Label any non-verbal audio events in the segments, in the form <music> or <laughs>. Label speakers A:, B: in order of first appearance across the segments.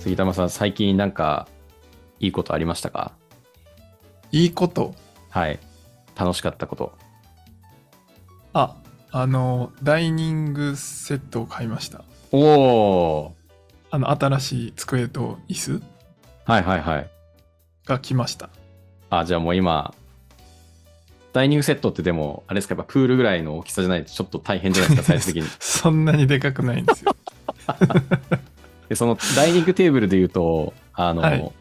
A: 杉玉さん、最近なんか、いいことありましたか
B: いいこと。
A: はい。楽しかったこと。
B: あ、あの、ダイニングセットを買いました。
A: おお
B: あの、新しい机と椅子
A: はいはいはい。
B: が来ました。
A: あ、じゃあもう今、ダイニングセットってでも、あれですか、やっぱプールぐらいの大きさじゃないとちょっと大変じゃないです <laughs> か、サイズ的に。
B: そんなにでかくないんですよ。
A: で、そのダイニングテーブルで言うと、あの、
B: はい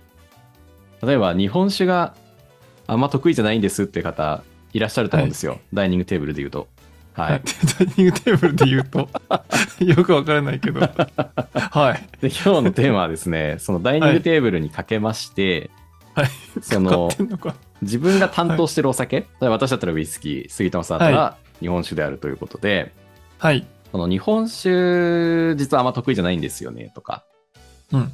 A: 例えば日本酒があんま得意じゃないんですって方、いらっしゃると思うんですよ。ダイニングテーブルで言うと。 <laughs> は
B: はい
A: い。
B: ダイニングテーブルで言うと、 <laughs> よくわからないけど。はい。
A: で今日のテーマはですね、そのダイニングテーブルにかけまして、
B: はい。
A: その
B: 使ってんのか。
A: 自分が担当してるお酒、例えば私だったらウイスキー、杉玉さんだったら日本酒であるということで、
B: はい。
A: この日本酒、実はあんま得意じゃないんですよねとか、
B: うん。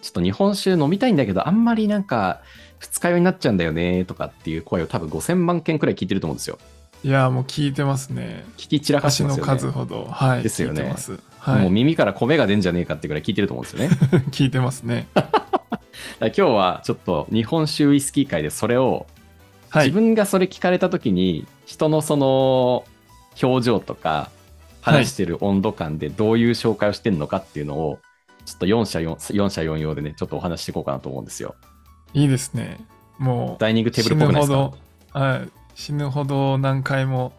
A: ちょっと日本酒飲みたいんだけど、あんまりなんか、二日酔いになっちゃうんだよねとかっていう声を多分5000万件くらい聞いてると思うんですよ。
B: いやー、もう聞いてますね。
A: 聞き散らかして
B: 足
A: ま
B: の
A: すよね。
B: 数ほど。はい。
A: ですよね
B: 聞いてます。は
A: もう
B: い。
A: 耳から米が出んじゃねえかってくらい聞いてると思うんですよね。だか
B: 聞いてますね。
A: ら今日はちょっと日本酒ウイスキー界でそれを
B: は
A: 自
B: い。
A: 分がそれ聞かれた時に人のその表情とか
B: はい
A: 話してる温度感でどういう紹介をしてるのかっていうのをちょっと4社 4, 4社4用でねちょっとお話ししていこうかなと思うんですよ
B: いいですね。もう。
A: ダイニングテーブルっぽくないですか
B: 死ぬほど、はい、死ぬほど何回も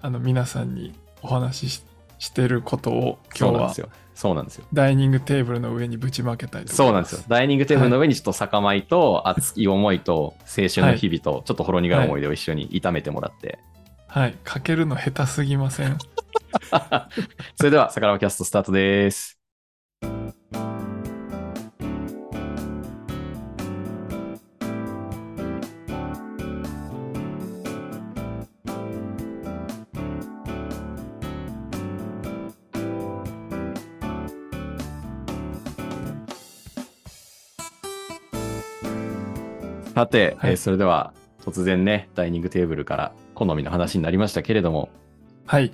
B: あの皆さんにお話しししてることを
A: そ
B: 今
A: うな
B: 日
A: んで
B: は
A: すよそうなんですよ
B: ダイニングテーブルの上にぶちまけたいと
A: そう
B: 思い
A: なん
B: ま
A: ですよダイニングテーブルの上にちょっと酒米と熱い思いと青春の日々とちょっとほろ苦い思い出を一緒に炒めてもらって
B: はい、かけるの下手すぎません。
A: <laughs> それでは、さからばキャストスタートです。さて、
B: はい
A: えーそれでは突然ねダイニングテーブルから好みの話になりましたけれども
B: はい、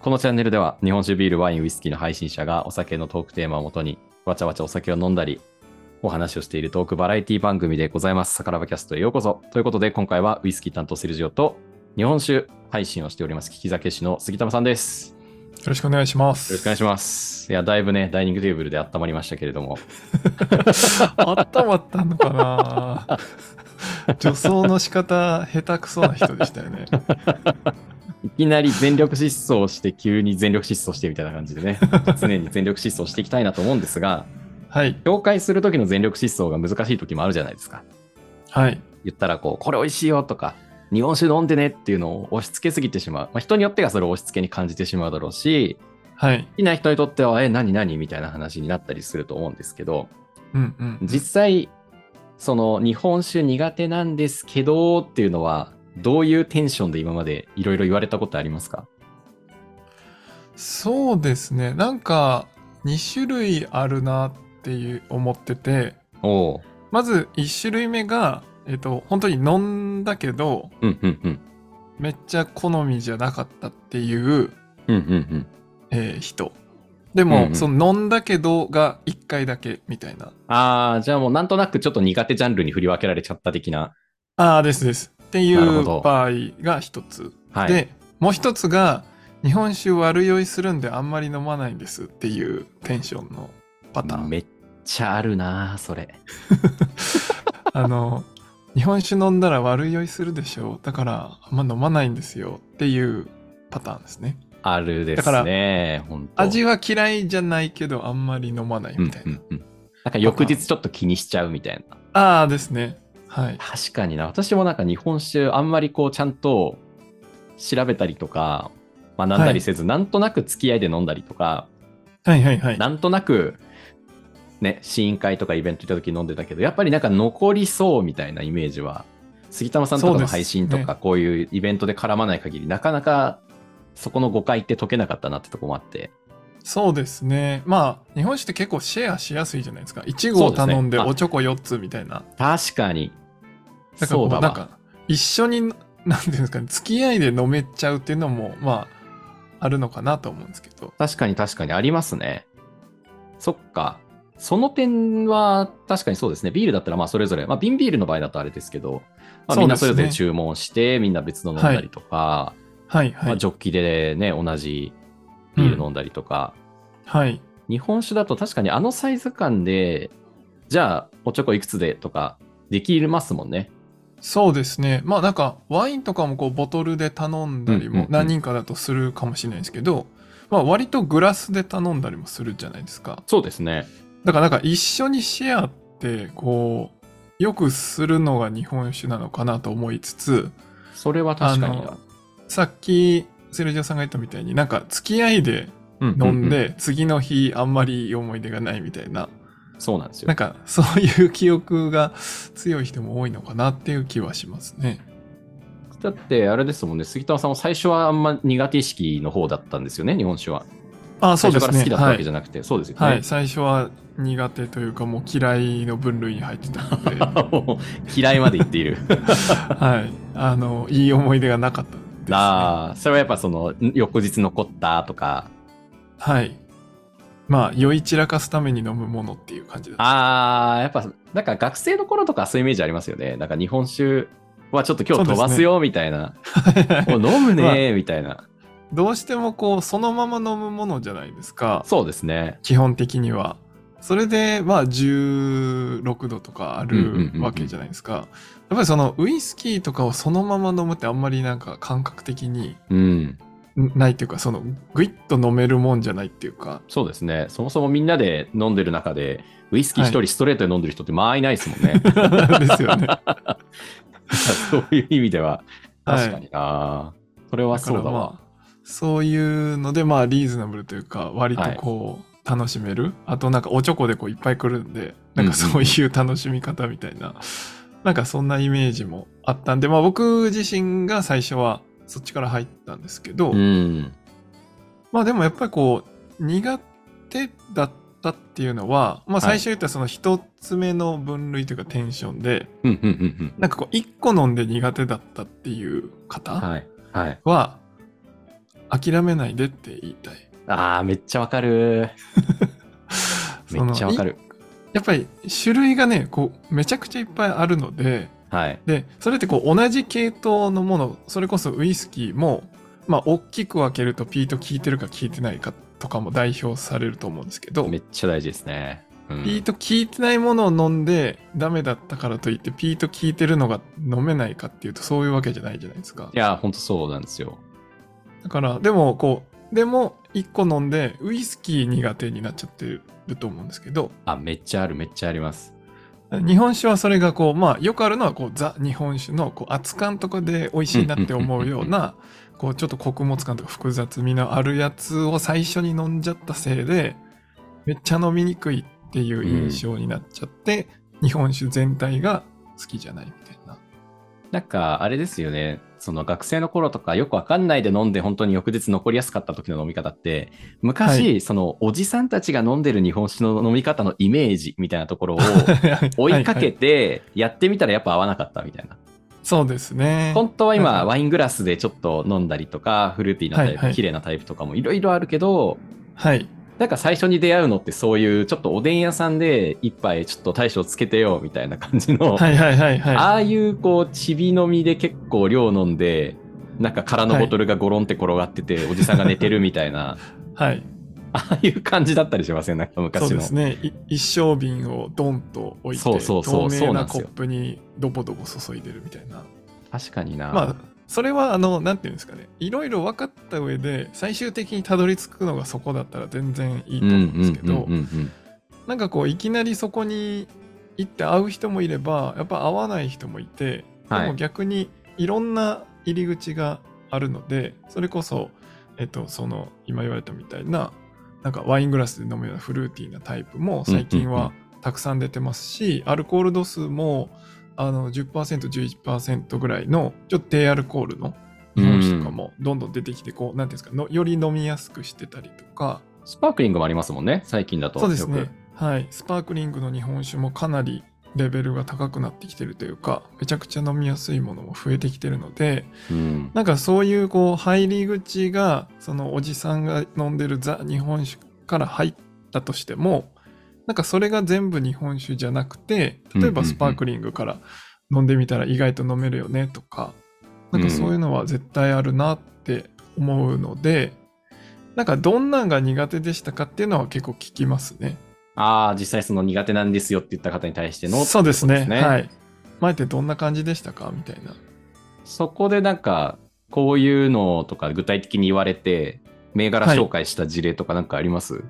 A: このチャンネルでは日本酒ビールワインウイスキーの配信者がお酒のトークテーマをもとにわちゃわちゃお酒を飲んだりお話をしているトークバラエティ番組でございます。サカラバキャストへようこそ。ということで今回はウイスキー担当セルジオと日本酒配信をしております聞き酒師の杉玉さんです。
B: よろしくお願いします。
A: よろしくお願いします。いや、だいぶね、ダイニングテーブルで温まりましたけれども。
B: <laughs> あったまったのかな <laughs> 女装の仕方下手くそな人でしたよね。
A: いきなり全力疾走して急に全力疾走してみたいな感じでね、常に全力疾走していきたいなと思うんですが、 <laughs>
B: はい、
A: 紹介する時の全力疾走が難しい時もあるじゃないですか。
B: はい、
A: 言ったらこう、これ美味しいよとか、日本酒飲んでねっていうのを押し付けすぎてしまう。まあ、人によってがそれを押し付けに感じてしまうだろうし、
B: はい、
A: 好きな人にとっては、え、何何みたいな話になったりすると思うんですけど、
B: うんうん。
A: 実際、その日本酒苦手なんですけどっていうのは、どういうテンションで今までいろいろ言われたことありますか
B: そうですね、なんか2種類あるなっていう思ってて、
A: おう
B: まず1種類目が、えっと、本当に飲んだけど、
A: うんうんうん。
B: めっちゃ好みじゃなかったっていう、
A: うんうん
B: えー人。で
A: う
B: も、
A: んうん
B: その飲んだけどが1回だけみたいな。
A: うん。ああ、じゃあもうなんとなくちょっと苦手ジャンルに振り分けられちゃった的な。
B: ああ、ですです。ってい
A: なるほ
B: う
A: ど
B: 場合が一つ。
A: はい。
B: で、もう一つが、日本酒悪酔いするんであんまり飲まないんですっていうテンションのパターン。
A: めっちゃあるなーそれ。
B: あの、日本酒飲んだら悪酔いするでしょう。だから、あんま飲まないんですよっていうパターンですね。
A: あるで
B: だか
A: すね。本当
B: 味は嫌いじゃないけど、あんまり飲まないみたいな。
A: うんうんうん、なんか翌日ちょっと気にしちゃうみたいな。
B: ああですね。はい。
A: 確かにな。私もなんか日本酒あんまりこうちゃんと調べたりとか学んだりせず、なんとなく付き合いで飲んだりとか、
B: はいはいはい。
A: なんとなくね、試飲会とかイベント行った時飲んでたけど、やっぱりなんか残りそうみたいなイメージは、杉玉さんとか
B: そう
A: の
B: です
A: 配信とか、こういうイベントで絡まない限り、なかなかそこの誤解って解けなかったなってとこもあって。
B: そうですね。まあ、日本酒って結構シェアしやすいじゃないですか。1合頼んで
A: そうですねあ
B: おちょこ4つみたいな。
A: 確かに。
B: だからこ
A: そう
B: う、
A: だ
B: なん
A: わ。
B: か、一緒に、なんていうんですかね、付き合いで飲めちゃうっていうのも、まあ、あるのかなと思うんですけど。
A: 確かに確かにありますね。そっか。その点は確かにそうですね。ビールだったらまあそれぞれ、まあ瓶ビールの場合だとあれですけど、まあ、みんなそ
B: そう
A: れ
B: です
A: ぞ
B: ね
A: れ注文して、みんな別の飲んだりとか、
B: はい
A: ま
B: は
A: あ
B: い。
A: ジョッキでね、同じビール飲んだりとか、
B: はい。
A: 日本酒だと確かにあのサイズ感で、じゃあおちょこいくつでとかできますもんね。
B: そうですね。まあなんかワインとかもこうボトルで頼んだり
A: うんうん
B: も
A: うん
B: 何人かだとするかもしれないですけど、まあ割とグラスで頼んだりもするじゃないですか。
A: そうですね。
B: だからなんか一緒にシェアってこう、よくするのが日本酒なのかなと思いつつ、
A: それは確かに
B: あさっきセルジオさんが言ったみたいになんか付き合いで飲んで、、次の日あんまりいい思い出がないみたいな、
A: そうなんですよ
B: なん。かそういう記憶が強い人も多いのかなっていう気はしますね。
A: だってあれですもんね、杉田さんも最初はあんま苦手意識の方だったんですよね、日本酒は。
B: あ、
A: 最
B: そうで
A: 初
B: す
A: か
B: ね。
A: ら好きだったわ
B: はい
A: けじゃなくて、そうですよね。
B: はい、最初は苦手というかもう嫌いの分類に入ってたので、 <laughs> は
A: もう <laughs> 嫌いまで言っている。 <laughs>
B: い、あのいい思い出がなかったです、ね。
A: ああ、それはやっぱそのん翌日残ったとか、
B: はい。まあ酔い散らかすために飲むものっていう感じだ。
A: ああ、やっぱなんか学生の頃とかそういうイメージありますよね。なんか日本酒はちょっと今日飛ばすよみたい
B: <laughs>
A: な、もう飲むねみたいな、
B: どうしてもこうそのまま飲むものじゃないですか。
A: そうですね。
B: 基本的には。それでまあ16度とかあ
A: うんうんうんう
B: る
A: ん
B: わけじゃないですか。やっぱりそのウイスキーとかをそのまま飲むってあんまりなんか感覚的に
A: うん、
B: ないっていうかそのグイッと飲めるもんじゃないっていう
A: <laughs>
B: か
A: そうですね。そもそもみんなで飲んでる中で、ウイスキー一人ストレートで飲んでる人ってまあいないですもんね。
B: ですよね。
A: そういう意味では、
B: はい
A: 確かにな、それは
B: だか
A: そ
B: ら
A: うだわ
B: ま。あ、そういうので、まあ、リーズナブルというか、割とこう、楽しめる。あと、なんか、おちょこでこう、いっぱい来るんで、なんか、そういう楽しみ方みたいな、なんか、そんなイメージもあったんで、まあ、僕自身が最初は、そっちから入ったんですけど、
A: うん。
B: まあ、でも、やっぱりこう、苦手だったっていうのは、まあ、最初言ったその一つ目の分類というか、テンションで、
A: うんうんうん
B: なんかこう、一個飲んで苦手だったっていう
A: うん。
B: 方
A: はい。はい。
B: は、諦めないでって言いたい。
A: ああ、めっちゃわかる。 <laughs> め
B: その
A: っちゃわか
B: い
A: る。
B: やっぱり種類がねこうめちゃくちゃいっぱいあるので
A: はい。
B: でそれってこう同じ系統のものそれこそウイスキーもまあ大きく分けるとピート効いてるか効いてないかとかも代表されると思うんですけど
A: めっちゃ大事ですね。うん
B: ピート効いてないものを飲んでダメだったからといってピート効いてるのが飲めないかっていうとそういうわけじゃないじゃないですか
A: いや、ほんとそうなんですよ。
B: だからでもこうでも1個飲んでウイスキー苦手になっちゃってると思うんですけど
A: あ、めっちゃある、めっちゃあります。
B: 日本酒はそれがこうまあよくあるのはこうザ日本酒のこう熱感とかで美味しいなって思うようなこうちょっと穀物感とか複雑味のあるやつを最初に飲んじゃったせいでめっちゃ飲みにくいっていう印象になっちゃって、日本酒全体が好きじゃないみたいな。
A: なんか、あれですよね。その学生の頃とかよくわかんないで飲んで本当に翌日残りやすかった時の飲み方って昔、
B: は
A: そのおじさんたちが飲んでる日本酒の飲み方のイメージみたいなところを <laughs> 追いか
B: はは
A: けてやってみたらやっぱ合わなかったみたいな。
B: そうですね。
A: 本当は
B: はいは
A: 今
B: い
A: ワイングラスでちょっと飲んだりとかフルーティーなタイ
B: はいは
A: プ
B: い
A: 綺麗なタイプとかもいろいろあるけど
B: はい。
A: なんか最初に出会うのってそういうちょっとおでん屋さんで一杯ちょっと大将つけてよみたいな感じの
B: はいはいはいはい。
A: ああいうこうちび飲みで結構量飲んでなんか空のボトルがゴロンって転がってて、おじさんが寝てるみたいな <laughs>
B: はい。
A: ああいう感じだったりしませんなんか
B: そう
A: 昔
B: で
A: の
B: すね。い一升瓶をドンと置いて、
A: そうそうそう
B: 透
A: そ
B: 明
A: うな
B: なん
A: です
B: コ
A: よ
B: ップにドボドボ注いでるみたいな。
A: 確かにな、
B: まあそれはあのなんていうんですかねいろいろ分かった上で最終的にたどり着くのがそこだったら全然いいと
A: うんう
B: 思
A: ん
B: うんですけ
A: うんうん
B: ど
A: うん
B: なんかこういきなりそこに行って会う人もいればやっぱ会わない人もいてで
A: は
B: も
A: い
B: 逆にいろんな入り口があるのでそれこそえっとその今言われたみたいななんかワイングラスで飲むようなフルーティーなタイプも最近
A: うんうん
B: はたくさん出てますしアルコール度数もあの 10%11% ぐらいのちょっと低アルコールの日本酒とかもどんどん出てきてこうなんていうんですかのより飲みやすくしてたりとか
A: スパークリングもありますもんね最近だと
B: そうです
A: よ
B: ね
A: く。
B: はい。スパークリングの日本酒もかなりレベルが高くなってきてるというか、めちゃくちゃ飲みやすいものも増えてきてるので、
A: うん
B: なんかそういうこう入り口が、そのおじさんが飲んでるザ日本酒から入ったとしても、なんかそれが全部日本酒じゃなくて例え
A: うんうんう
B: ば
A: ん
B: スパークリングから飲んでみたら意外と飲めるよねとかなんかそういうのは絶対あるなって思うのでなんかどんなんが苦手でしたかっていうのは結構聞きますね。
A: ああ、実際その苦手なんですよって言った方に対しての、
B: そうです
A: って
B: ね
A: ことですね
B: はい。前ってどんな感じでしたかみたいな。
A: そこでなんか、こういうのとか具体的に言われて、銘柄紹介した事例とかなんかあります、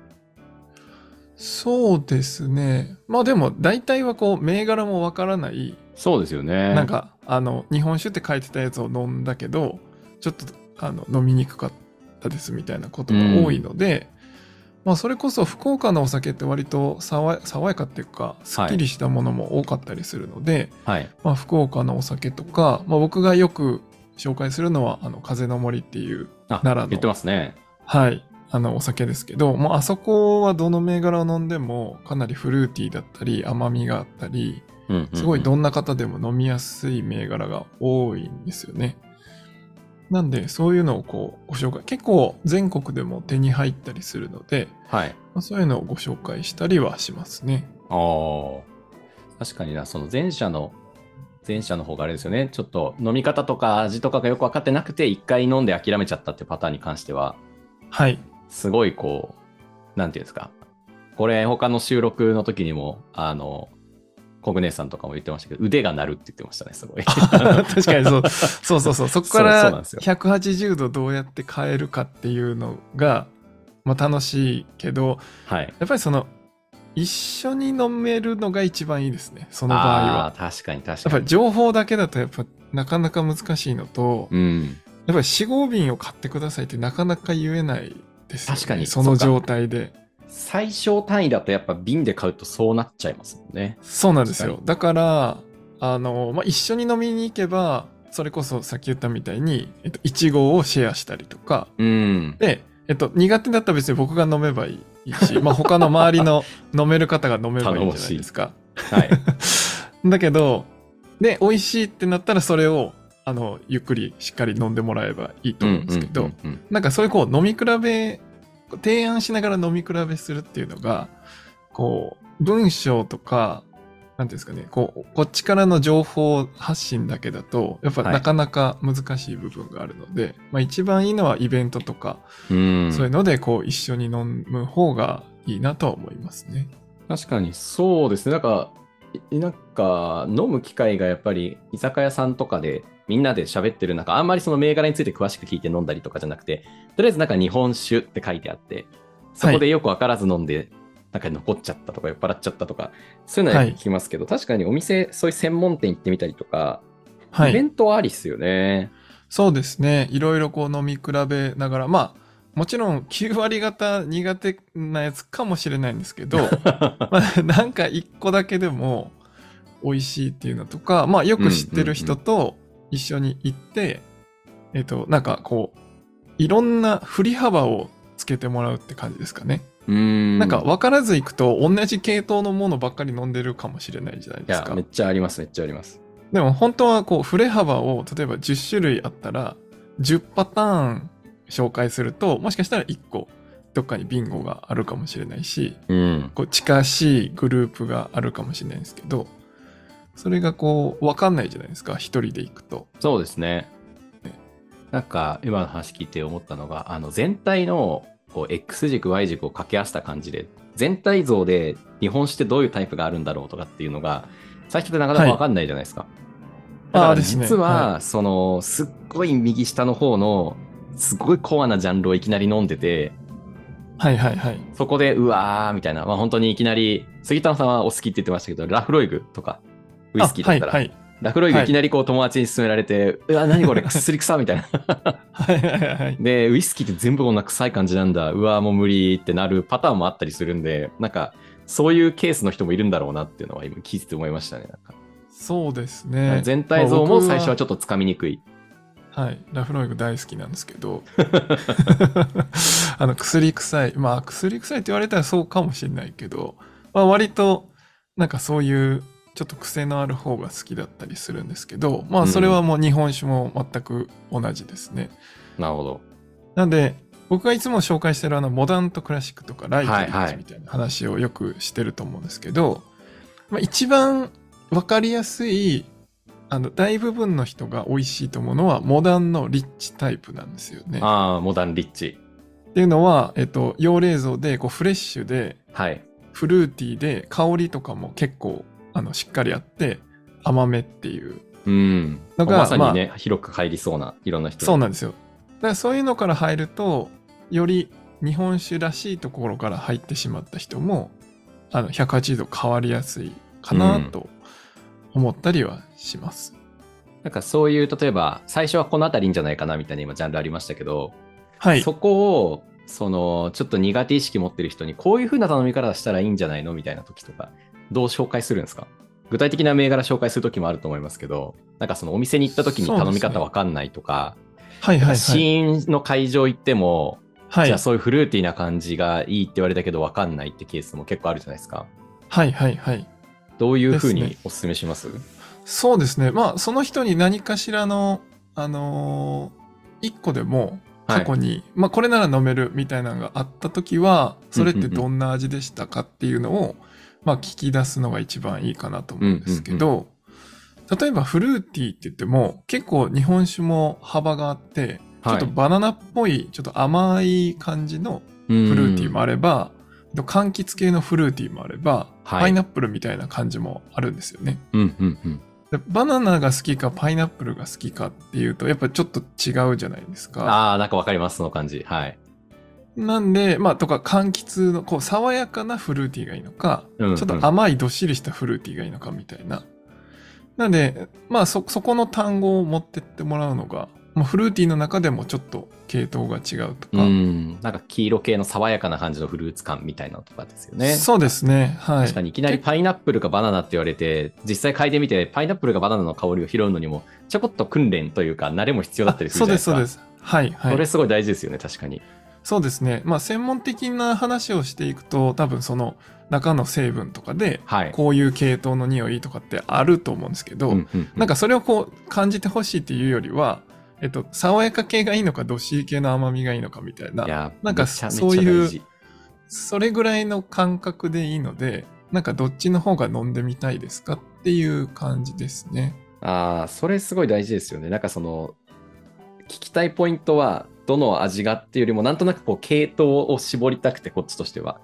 B: そうですね。まあでも大体はこう銘柄もわからない
A: そうですよね。
B: なんかあの日本酒って書いてたやつを飲んだけどちょっとあの飲みにくかったですみたいなことが多いので、まあ、それこそ福岡のお酒って割と爽や爽やかっていうかすっきりしたものも多かったりするので、
A: はい。
B: まあ、福岡のお酒とか、まあ、僕がよく紹介するのはあの風の森っていう、
A: あ、
B: 奈良の
A: 言ってますね。
B: はい、あのお酒ですけど、まああそこはどの銘柄を飲んでもかなりフルーティーだったり甘みがあったり
A: うんうんうん
B: すごいどんな方でも飲みやすい銘柄が多いんですよね。なんで、そういうのをこう、ご紹介、結構全国でも手に入ったりするので、
A: はい。
B: まあそういうのをご紹介したりはしますね。
A: ああ。確かにな、その前者の、前者の方があれですよね。ちょっと飲み方とか味とかがよく分かってなくて、一回飲んで諦めちゃったってパターンに関しては、 <laughs>
B: はい。
A: すごいこう、なんていうんですか。これ、他の収録の時にも、あの、コグネさんとかも言ってましたけど、腕が鳴るって言ってましたね、す
B: <laughs>
A: ごい。
B: 確かにそう。そうそうそう。そこ
A: そうそ
B: か
A: うなん
B: ら
A: ですよ
B: 180度どうやって変えるかっていうのが、まあ楽しいけど、
A: はい。
B: やっぱりその、一緒に飲めるのが一番いいですね。その場合
A: あ
B: は。
A: あー、確かに確
B: やっ
A: か
B: ぱり
A: に。
B: 情報だけだとやっぱなかなか難しいのと、
A: うん。
B: やっぱり4合瓶を買ってくださいってなかなか言えないですよね。
A: 確かに
B: その状態で。
A: 最小単位だとやっぱ瓶で買うとそうなっちゃいますもんね。
B: そうなんです
A: 確
B: よ。だから、あの、まあ、一緒に飲みに行けば、それこそさっき言ったみたいに、えっと、1合をシェアしたりとか、
A: うん。
B: で、えっと、苦手だったら別に僕が飲めばいいし、まあ、他の周りの飲める方が飲めばいいんじゃないですか。 <laughs>
A: はい。
B: だけど、で、美味しいってなったらそれを、あの、ゆっくりしっかり飲んでもらえばいいと思うんですけ
A: う
B: ど、
A: んうんうんうん
B: なんかそういうこう飲み比べ、提案しながら飲み比べするっていうのが、こう、文章とか、なんていうんですかね、こう、こっちからの情報発信だけだと、やっぱ
A: はい
B: なかなか難しい部分があるので、まあ一番いいのはイベントとか、
A: うん
B: そういうのでこう一緒に飲む方がいいなとは思いますね。
A: 確かにそうですね。なんか、いなんか飲む機会がやっぱり居酒屋さんとかでみんなで喋ってる中、あんまりその銘柄について詳しく聞いて飲んだりとかじゃなくて、とりあえずなんか日本酒って書いてあって、そこでよくわからず飲んで、なんか残っちゃったとか酔っ払っちゃったとか、そういうのは
B: は
A: よ
B: い
A: く聞きますけど、確かにお店、そういう専門店行ってみたりとか、
B: は
A: イベ
B: い。
A: ントはありっすよね。
B: そうですね。いろいろこう飲み比べながら、まあ、もちろん9割方苦手なやつかもしれないんで
A: <laughs>
B: すけど、まあ、なんか一個だけでも美味しいっていうのとか、まあよく知ってる人と一緒に行って、えっと、なんかこう、いろんな振り幅をつけてもらうって感じですかね。
A: うん。
B: なんか分からず行くと同じ系統のものばっかり飲んでるかもしれないじゃない
A: い
B: です
A: や、
B: か
A: めっ。ちゃあります、めっちゃあります。
B: でも本当はこう、振れ幅を例えば10種類あったら、10パターン紹介すると、もしかしたら1個どっかにビンゴがあるかもしれないし、
A: うん。
B: こう近しいグループがあるかもしれないんですけどそれがこう分かんないじゃないですか一人で行くと
A: そうですね。なんか今の話聞いて思ったのが、あの全体のこう X 軸、Y 軸を掛け合わせた感じで、全体像で日本酒ってどういうタイプがあるんだろうとかっていうのが、最初ってなかなか
B: はい
A: 分かんないじゃないですか。だか
B: あー
A: ら
B: ですね
A: 実は、
B: は
A: そのすっごい右下の方の、すごいコアなジャンルをいきなり飲んでて、
B: はいはいはい
A: そこで、うわーみたいな、まあ、本当にいきなり、杉田さんはお好きって言ってましたけど、ラフロイグとか、ウイスキーだったら、
B: あはい
A: ラフロイグ
B: はい
A: いきなりこう友達に勧められて、うわ、何これ、薬草みたい
B: <laughs>
A: な。
B: はいはいはいはい
A: で、ウイスキーって全部こんな臭い感じなんだ、うわ、もう無理ってなるパターンもあったりするんで、なんか、そういうケースの人もいるんだろうなっていうのは今聞いてて思いましたね。なんか
B: そうですね
A: 全体像も最初は
B: ち
A: ちょっとつかみにくい。
B: はいラフロイグ大好きなんですけど <laughs> あの薬臭いまあ薬臭いって言われたらそうかもしれないけど、まあ、割となんかそういうちょっと癖のある方が好きだったりするんですけどまあそれはもう日本酒も全く同じですね、
A: なるほど。
B: なんで、僕がいつも紹介してるあのモダンとクラシックとかライト
A: はいはい
B: みたいな話をよくしてると思うんですけど、まあ、一番わかりやすいあの大部分の人が美味しいと思うのはモダンのリッチタイプなんですよね。っ
A: ああ、モダンリッチ。
B: ていうのは、えっと、用冷蔵でこうフレッシュで
A: はい。
B: フルーティーで香りとかも結構あのしっかりあって甘めっていう
A: うん。
B: のが
A: まさにね、広く入りそうな、いろんな人に
B: そうなんですよ。だからそういうのから入ると、より日本酒らしいところから入ってしまった人も、あの、180度変わりやすいかな
A: うん
B: と思ったりはします。
A: なんかそういう、例えば、最初はこの辺りいいんじゃないかなみたいな今、ジャンルありましたけど、
B: はい。
A: そこを、その、ちょっと苦手意識持ってる人に、こういう風な頼み方したらいいんじゃないのみたいな時とか、どう紹介するんですか具体的な銘柄紹介する時もあると思いますけど、なんかそのお店に行った時に
B: そうです
A: 頼
B: ね
A: み方わかんないとか、
B: はいはい
A: シ
B: はい。
A: ーンの会場行っても、
B: はい
A: じゃあそういうフルーティーな感じがいいって言われたけどわかんないってケースも結構あるじゃないですか。
B: はいはいはい。
A: どういう風
B: です
A: に
B: ね
A: お勧めします
B: そうですね。まあ、その人に何かしらの、あのー一個でも過去に、まあ、これなら飲めるみたいなのがあった時は、それってどんな味でしたかっていうのを、まあ、聞き出すのが一番いいかなと思うんですけど、例えばフルーティーって言っても、結構日本酒も幅があって、ちょっとバナナっぽい、ちょっと甘い感じの
A: フ
B: フルーティーもあ
A: る。
B: れば、あと柑橘系のフルーティーもあれば、
A: はい
B: パイナップルみたいな感じもあるんですよね。
A: うんうんうん。
B: でバナナが好きかパイナップルが好きかっていうとやっぱちょっと違うじゃないですか。
A: ああ、なんかわかります、その感じ。はい。
B: なんでまあとか柑橘のこう爽やかなフルーティーがいいのか、
A: うんうん
B: ちょっと甘いどっしりしたフルーティーがいいのかみたいな。なんでまあそそこの単語を持ってってもらうのが、まあ、フルーティーの中でもちょっと系統が違うと
A: う
B: か、
A: ん。なんか黄色系の爽やかな感じのフルーツ感みたいなのとかですよね。
B: そうですねはい
A: 確かにいきなりパイナップルかバナナって言われて、実際嗅いでみて、パイナップルがバナナの香りを拾うのにも、ちょこっと訓練というか、慣れも必要だったりするじゃないですか。。
B: あそうですすそうですはいはい
A: それすごい大事ですよね、確かに。
B: そうですねまあ専門的な話をしていくと多分その中の成分とかで
A: はい。
B: こういう系統の匂いとかってあると思うんですけど、
A: うんうんうん
B: なんかそれをこう感じてほしいっていうよりは、えっと、爽やか系がいいのか、どっしり系の甘みがいいのかみたい
A: い
B: な、
A: や
B: なんか
A: めちゃめちゃ
B: そういう
A: 大事
B: それぐらいの感覚でいいので、なんかどっちの方が飲んでみたいですかっていう感じですね。
A: ああ、それすごい大事ですよね。なんかその、聞きたいポイントは、どの味がっていうよりも、なんとなくこう、系統を絞りたくて、こっちとしては。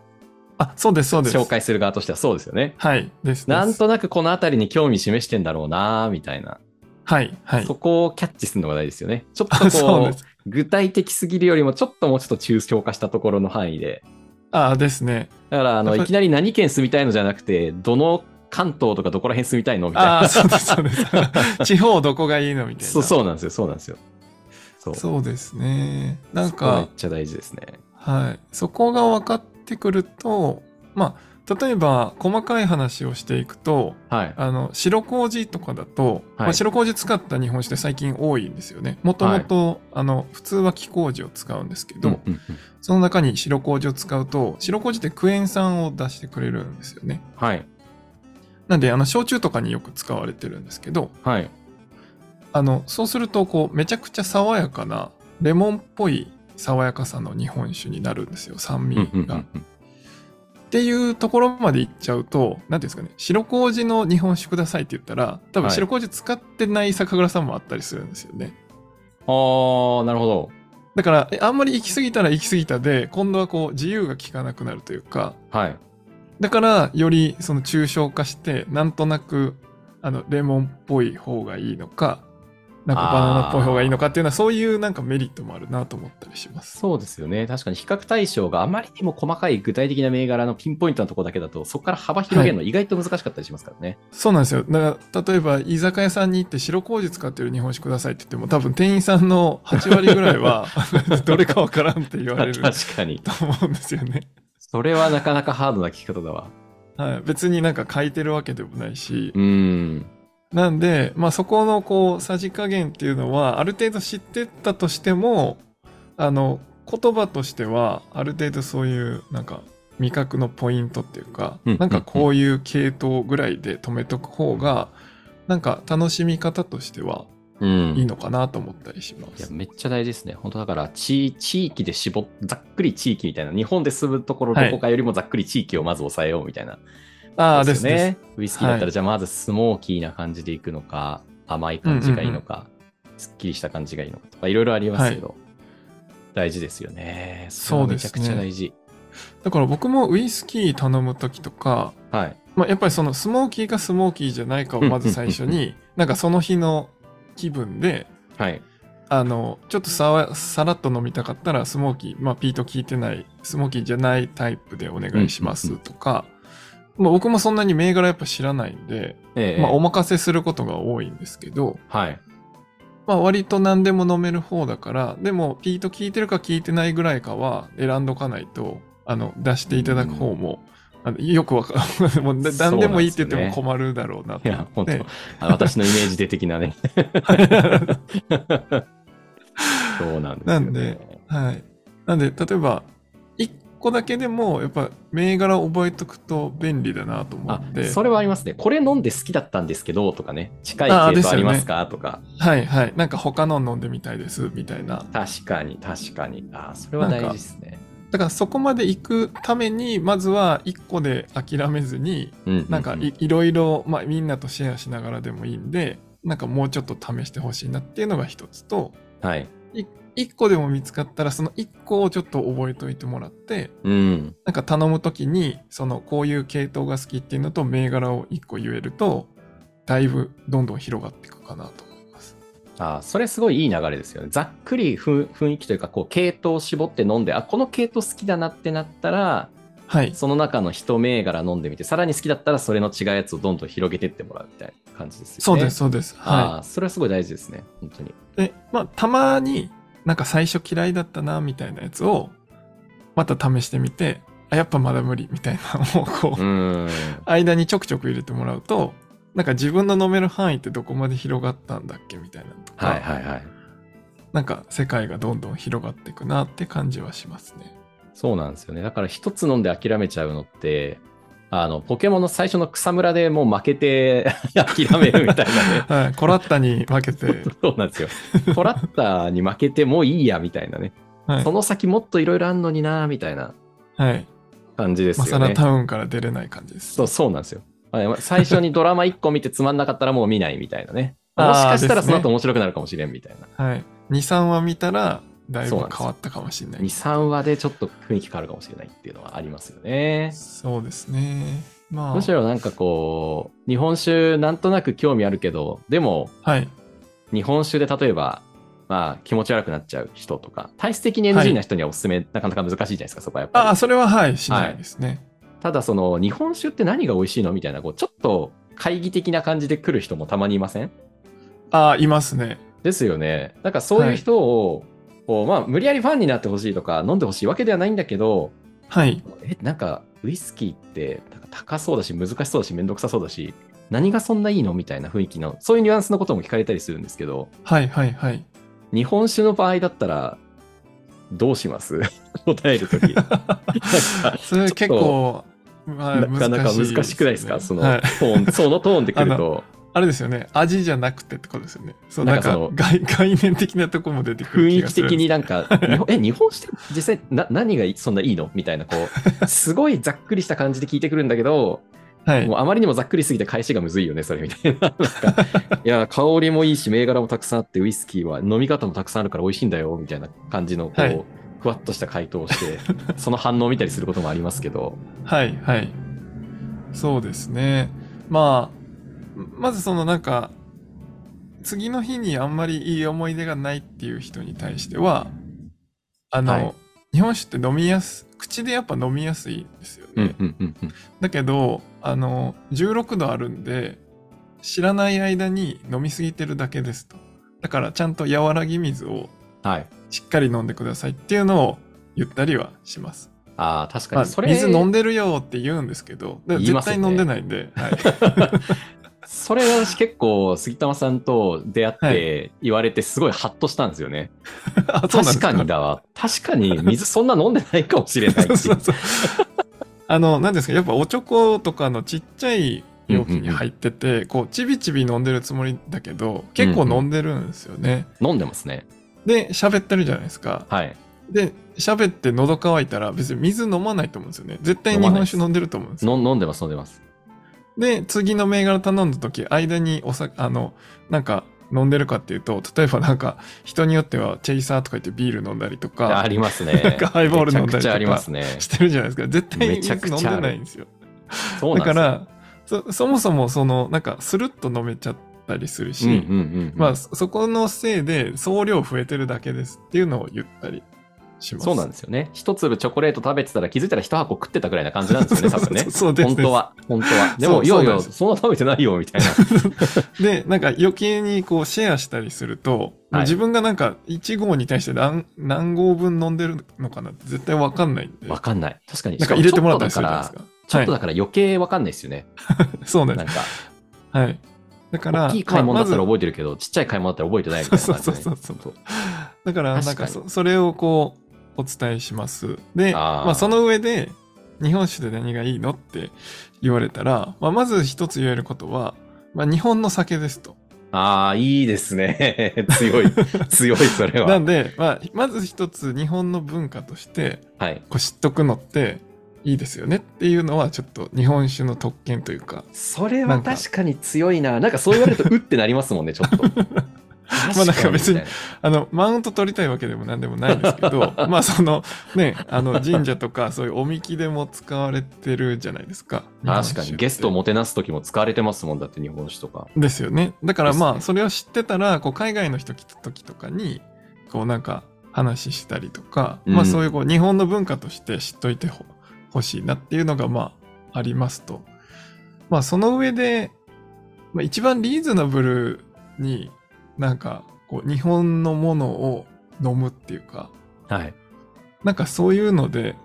B: あ、そうです、そうです。
A: 紹介する側としてはそうですよね。
B: はい、です。
A: なん
B: です
A: となくこの辺りに興味示してんだろうなみたいな、
B: はい、はい
A: そ。こをキャッチするのが大事ですよね。ちょっと
B: <laughs> そう
A: こ
B: で
A: う
B: す。
A: 具体的すぎるよりもちょっともうちょっと抽象化したところの範囲で
B: あ、ですね。
A: だからあの
B: やっぱり
A: いきなり何県住みたいのじゃなくてどの関東とかどこら辺住みたいのみたい
B: あ
A: な
B: ー、そうです、そうです。 <laughs> 地方どこがいいのみた
A: <laughs>
B: いな。
A: そうそうなんですよそうなんですよそう
B: そうですね。なん
A: そこめ
B: か
A: っ、ちゃ大事ですね
B: はい、そこが分かってくると、まあ、例えば細かい話をしていくと
A: はい
B: あの白麹とかだと、
A: はい
B: まあ、白麹使った日本酒って最近多いんですよねもともとあの普通は木麹を使うんですけど、
A: うんうんうん
B: その中に白麹を使うと白麹ってクエン酸を出してくれるんですよね
A: はい
B: なんであの焼酎とかによく使われてるんですけど
A: はい
B: あのそうするとこうめちゃくちゃ爽やかなレモンっぽい爽やかさの日本酒になるんですよ酸味
A: う
B: が。
A: んうんうんうん
B: っていうところまで行っちゃうと、なんていうんですかね、白麹の日本酒くださいって言ったら、多分
A: はい
B: 白麹使ってない酒蔵さんもあったりするんですよね。
A: あーなるほど
B: だから、えあんまり行き過ぎたら行き過ぎたで、今度はこう自由が利かなくなるというか、
A: はい
B: だからよりその抽象化して、なんとなく、あの、レモンっぽい方がいいのか、なんかバナナっぽい方がいいのかっていうのは、そういうなんかメリットもあるなと思ったりします。
A: そうですよね。確かに比較対象があまりにも細かい具体的な銘柄のピンポイントのところだけだと、そこから幅広げるの意外と難しかったりしますからね。
B: そうなんですよ。だから、例えば、居酒屋さんに行って白麹使ってる日本酒くださいって言っても、多分店員さんの8割ぐらい
A: <laughs>
B: は、どれかわからんって言われる
A: 確かに。
B: と思うんですよね。
A: それはなかなかハードな聞き方だわ。
B: はい、別になんか書いてるわけでもないし
A: う、ーん。
B: なんで、まあそこのこう、さじ加減っていうのは、ある程度知ってたとしても、あの、言葉としては、ある程度そういう、なんか、味覚のポイントっていうか、
A: うん
B: なんかこういう系統ぐらいで止めとく方が、なんか楽しみ方としては、
A: うん。
B: いいのかなと思ったりしま
A: いや
B: す。
A: めっちゃ大事ですね。本当だから地、地域で絞っ、ざっくり地域みたいな、日本で住むところどこかよりもざっくり地域をまず抑えようみたいな、
B: ああ、
A: で
B: ですす
A: よ
B: ね。。
A: ウイスキーだった
B: は
A: ら、
B: い
A: じゃあまずスモーキーな感じでいくのか、甘い感じがいいのか、すっきりした感じがいいのかとか、いろいろありますけど、大事ですよね。れは
B: そうですね
A: めちゃくちゃ大事。
B: だから僕もウイスキー頼む時とか、
A: はい。
B: まあ、やっぱりそのスモーキーかスモーキーじゃないかをまず最初に、なんかその日の気分で、
A: はい。
B: あの、ちょっとさわさらっと飲みたかったら、スモーキー、まあ、ピート聞いてない、スモーキーじゃないタイプでお願いしますとか、まあ、僕もそんなに銘柄やっぱ知らないんで、
A: ええ
B: まあ、お任せすることが多いんですけど、
A: はい。
B: まあ、割と何でも飲める方だから、でも、ピート聞いてるか聞いてないぐらいかは選んどかないと、あの、出していただく方も、あのよくわか <laughs> もうな何でもいいって言っても困るだろうなと
A: いや、
B: 思っ
A: 本
B: て。
A: 当、あ私のイメージで的な
B: <laughs>
A: ね。そうなんですよ、ね。
B: なんではい。なんで、例えば、一個だけでも、やっぱ、銘柄を覚えとくと便利だなと思
A: あ
B: って。
A: それはありますね。これ飲んで好きだったんですけどとかね、近い
B: あー
A: 系
B: です
A: 統
B: よ
A: あ
B: ね
A: りますかとか、
B: はいはい。なんか他の飲んでみたいです、みたいな。
A: 確かに、確かに。あーそれは大事ですね。
B: だからそこまで行くために、まずは一個で諦めずに、
A: ううう
B: なんかいいろいろ、まあみんなとシェアしながらでもいいんで、なんかもうちょっと試してほしいなっていうのが一つと、
A: はい。
B: い一個でも見つかったら、その一個をちょっと覚えといてもらって、
A: うん。
B: なんか頼むときに、そのこういう系統が好きっていうのと銘柄を1個言えると、だいぶどんどん広がっていくかなと思います。
A: あーそれすごいいい流れですよね。ざっくりふ雰囲気というか、こう、系統を絞って飲んで、あ、この系統好きだなってなったら、
B: はい。
A: その中の一銘柄飲んでみて、さらに好きだったら、それの違うやつをどんどん広げていってもらうみたいな感じですよね。
B: そうです、。そうです。
A: あ
B: は
A: あ、それはすごい大事ですね。本当
B: <laughs>
A: に。
B: い。で、まあ、たまになんか最初嫌いだったな、みたいなやつを、また試してみて、あ、やっぱまだ無理、みたいなのをこ
A: う
B: う、
A: ーん。
B: 間にちょくちょく入れてもらうと、なんか自分の飲める範囲ってどこまで広がったんだっけみたいなのとか、
A: はいはいはい。
B: なんか世界がどんどん広がっていくなって感じはしますね。
A: そうなんですよね。だから一つ飲んで諦めちゃうのって、あの、ポケモンの最初の草むらでもう負けて <laughs> 諦めるみたいなね。
B: はい、コラッタに分けて、
A: そうなん <laughs>
B: <laughs>
A: ですよ。コラッタに負けてもういいや、みたいなね。
B: はい
A: その先もっといろいろあんのにな、みたいな
B: はい。
A: 感じです
B: マ
A: よ
B: サラ
A: ね。
B: タウンから出れない感じです。
A: そう、そうなんですよ。あ最初にドラマ1個見てつまんなかったらもう見ないみたいなね。も
B: <laughs> あー
A: しかしたら
B: で
A: そ
B: すね
A: の後面白くなるかもしれんみたいな。
B: はい。2、3話見たら、だいぶ
A: そうな
B: 変
A: んですよ
B: わったかもしれな
A: 2、
B: い。
A: 3話でちょっと雰囲気変わるかもしれないっていうのはありますよね。
B: そうですね。ま
A: むし
B: あ、
A: ろなんかこう、日本酒なんとなく興味あるけど、でも
B: はい。
A: 日本酒で例えば、まあ気持ち悪くなっちゃう人とか、体質的に NG な人にはおすすめ、なかなか難しいじゃないですか、そこはやっぱり。
B: ああ、それははい、しないですね。
A: ただその日本酒って何が美味しいのみたいな、こうちょっと懐疑的な感じで来る人もたまにいません
B: ああ、いますね。
A: ですよね。なんかそういう人を、こうまあ無理やりファンになってほしいとか、飲んでほしいわけではないんだけど、
B: はい。
A: え、なんかウイスキーってなんか高そうだし、難しそうだし、めんどくさそうだし、何がそんないいのみたいな雰囲気の、そういうニュアンスのことも聞かれたりするんですけど、
B: はい、はい、はい。
A: 日本酒の場合だったら、どうします <laughs> 答えるとき。なんか
B: <laughs> それ結構、まあ
A: なかなか難し,、くないですか
B: ね
A: その、
B: はい
A: トーン、そのトーンでくると、
B: あれですよね。味じゃなくてってことですよね。そう、
A: な
B: なんん
A: か
B: か概概念的なとこも出てく
A: 雰
B: る気
A: 囲
B: が
A: 気
B: する。
A: 的になんか、日本え、日本酒って実際な何がそんないいのみたいな、こ
B: <laughs>
A: う、すごいざっくりした感じで聞いてくるんだけど、
B: はい
A: も。うあまりにもざっくりすぎて返しがむずいよね、それみた
B: <laughs>
A: いな。なんかいや、香りもいいし、銘柄もたくさんあって、ウイスキーは飲み方もたくさんあるから美味しいんだよ、みたいな感じの、こう、
B: はい
A: ふわっとした回答をして、その反応を見たりすることもありますけど、
B: はいはい。そうですね。まあ、まずそのなんか、次の日にあんまりいい思い出がないっていう人に対しては、あの、
A: はい
B: 日本酒って飲みやす、口でやっぱ飲みやすいんですよね。
A: うんうんうんうん。
B: だけど、あの、16度あるんで、知らない間に飲みすぎてるだけですと。だからちゃんと和らぎ水を
A: はい。
B: しっかり飲んでくださいっていうのを言ったりはします。
A: ああ、確か
B: まあ
A: に。それ、
B: 水飲んでるよって言うんですけど、で
A: 言いま
B: 絶
A: すよ
B: 対
A: ね
B: 飲んでないんで、はい、
A: それ私結構杉玉さんと出会っ
B: は
A: て言われてすごいハッとしたんですよね。
B: あそうな
A: <laughs> 確
B: んです
A: かにだわ。確かに水そんな飲んでないかもしれないってい
B: <laughs> そううそうあの、なんですか、やっぱおちょことかのちっちゃい容器に入ってて、こうちびちび飲んでるつもりだけど結構飲んでるんですよね、
A: 飲んでますね。
B: で喋ってるじゃないですか
A: はい。
B: で喋って喉乾いたら別に水飲まないと思うんですよね絶対日本酒飲んでると思うんですよ
A: の飲んでます、飲んでます。
B: で次の銘柄頼んだ時間にお酒あのなんか飲んでるかっていうと例えばなんか人によってはチェイサーとか言ってビール飲んだりと
A: あ
B: か
A: りますね。
B: んか <laughs> ハイボール飲んだりとか
A: めちゃくちゃありますね。
B: してるじゃないですか絶対
A: め
B: 水
A: ちゃく
B: 飲ん
A: ちゃある
B: でないんですよ
A: そう
B: だ
A: なんで
B: か
A: すよ、
B: らそそもそもそのなんかスルッと飲めちゃったりするし、
A: うんうんうんうん
B: まあそそこのせいで総量増えてるだけですっていうのを言ったりします。
A: そうなん
B: で
A: ですよね。一粒チョコレート食べてたら気づいたら一箱食ってたぐらいな感じなんですよね、多分ね。
B: <laughs> そうです
A: 本当は、本当は。で
B: そ
A: も、
B: う
A: いやい
B: そうなん
A: や、
B: ですよ
A: そんな食べてないよ、みたいな。
B: で、なんか余計にこうシェアしたりすると、
A: はい
B: 自分がなんか1号に対して何何号分飲んでるのかなって絶対わかんないんで。
A: わかんない。確かに。
B: なんか入れてもらったりするじゃないです
A: しかも
B: か。
A: ちょっとだから、ちょっと
B: は
A: だから余計わかんないですよね。
B: い、そうなん
A: なん
B: で
A: か、
B: す。はい。だから、
A: 大きい買い物だったら
B: まあ
A: 覚えてるけど、ちっちゃい買い物だったら覚えてないみたいな
B: そう
A: 感じ
B: そ
A: で
B: う
A: ね。
B: そうそう。だから、なん
A: 確
B: か
A: か
B: そそれをこう、お伝えします。で、
A: あー
B: まあ、その上で、日本酒で何がいいのって言われたら、まあ、まず一つ言えることは、まあ、日本の酒ですと。
A: ああ、いいですね。 <laughs> 強い、強い、それ
B: な
A: は。
B: んで、まあ、まず一つ日本の文化として、
A: はい。
B: こう知っとくのっていいですよねっていうのは、ちょっと日本酒の特権というか、
A: それ
B: な
A: は
B: んか
A: 確かに強いな。なんかそう言われると、うってなりますもんね、
B: <laughs>
A: ちょっと。ま
B: あなんか別にあの、マウント取りたいわけでも何でもないですけ
A: <laughs>
B: ど、まあそのね、あの神社とかそういうおみきでも使われてるじゃないですか。
A: 確かにゲストを
B: も。
A: もてなす時も使われてますもんだって日本酒とか
B: ですよね。だから
A: です
B: ま
A: ね
B: あそれを知ってたら、こう海外の人来た時とかに、こうなんか話したりとか、
A: うん
B: まあそういうこう日本の文化として知っといてほ欲しいなっていうのがまあありますと。まあその上で、まあ、一番リーズナブルになんかこう日本のものを飲むっていうか、
A: はい
B: なんかそういうので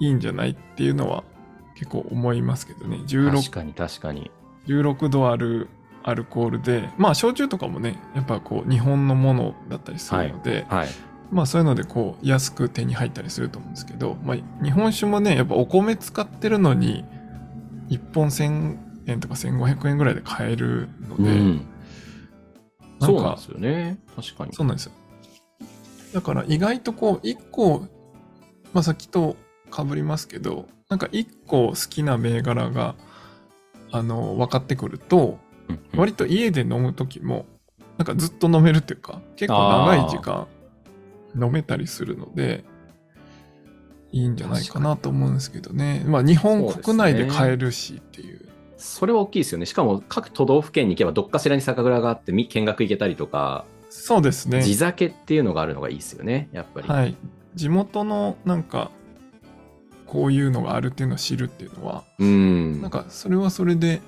B: いいんじゃないっていうのは結構思いますけどね。
A: 確
B: 16,
A: かに確かに
B: 16度あるアルコールで、まあ焼酎とかもね、やっぱこう日本のものだったりするので、
A: はい
B: まあそういうのでこう安く手に入ったりすると思うんですけど、まあ日本酒もね、やっぱお米使ってるのに1本1000円とか1500円ぐらいで買えるの
A: う
B: で、
A: ん
B: か
A: そうなんですよね確かに
B: そうなんですよ。だから意外とこう、一個、まあ、さっきと被りますけど、なんか一個好きな銘柄が、あの、分かってくると、
A: うんうん
B: 割と家で飲む時も、なんかずっと飲めるっていうか、結構長い時間飲めたりするので、いいんじゃないかなと思うんですけどね。まあ日本国内で買えるしっていう。
A: それは大きいですよねしかも各都道府県に行けばどっかしらに酒蔵があってみ見学行けたりとか
B: そうですね。
A: 地酒っていうのがあるのがいいですよねやっぱり
B: はい、地元のなんかこういうのがあるっていうのを知るっていうのは、
A: うん
B: なんかそれはそれで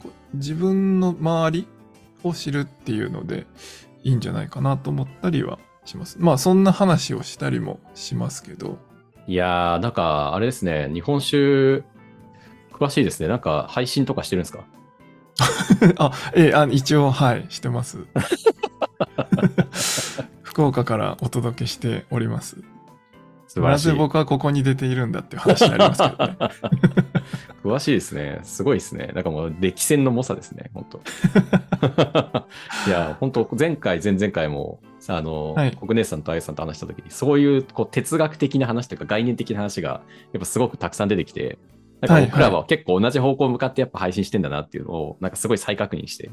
B: こう自分の周りを知るっていうのでいいんじゃないかなと思ったりはしますまあそんな話をしたりもしますけど <laughs>
A: いやーなんかあれですね日本酒詳しいですねなんか配信とかしてるんですか
B: あええあ一応はいしてます <laughs> 福岡からお届けしております
A: 素晴
B: な
A: らしい
B: ぜ僕はここに出ているんだっていう話になりますけ
A: <laughs>
B: どね
A: 詳しいですね。すごいですね。なんかもう歴戦の猛者ですね、本
B: <laughs>
A: 当いや、本当前回、前々回も、さあの、
B: はい
A: 国根さんとあゆさんと話したときに、そういうこう哲学的な話というか概念的な話が、やっぱすごくたくさん出てきて、なんか僕ら
B: はい
A: は結構同じ方向向かってやっぱ配信してんだなっていうのを、なんかすごい再確認して。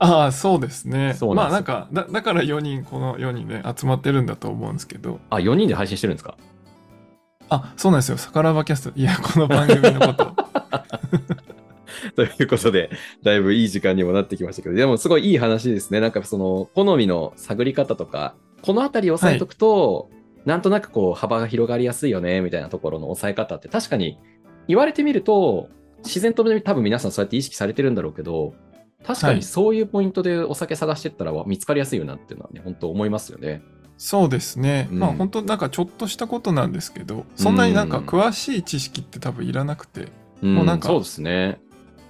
B: ああそうですね
A: そう
B: ま
A: な
B: あ
A: んで
B: な
A: す
B: んかだだから4人この4人で集まってるんだと思うんですけど
A: あ、4人で配信してるんですか
B: あそうなんですよ「サカラバキャスト」いやこの番組のこと
A: <laughs> ということで、だいぶいい時間にもなってきましたけど、でもすごいいい話ですね。なんかその、好みの探り方とか、このあたりを押さえとくと、なんとなくこう、幅が広がりやすいよね、みたいなところの押さえ方って、確かに言われてみると、自然と多分皆さんそうやって意識されてるんだろうけど、確か
B: は
A: に
B: い
A: そういうポイントでお酒探してったら見つかりやすいよなっていうのはね、本当思いますよね。
B: そうですね、
A: うん
B: まあ本当なんかちょっとしたことなんですけどそんなになんか詳しい知識って多分いらなくて
A: も
B: も
A: う
B: う
A: な
B: なんん
A: か
B: か
A: そうですね。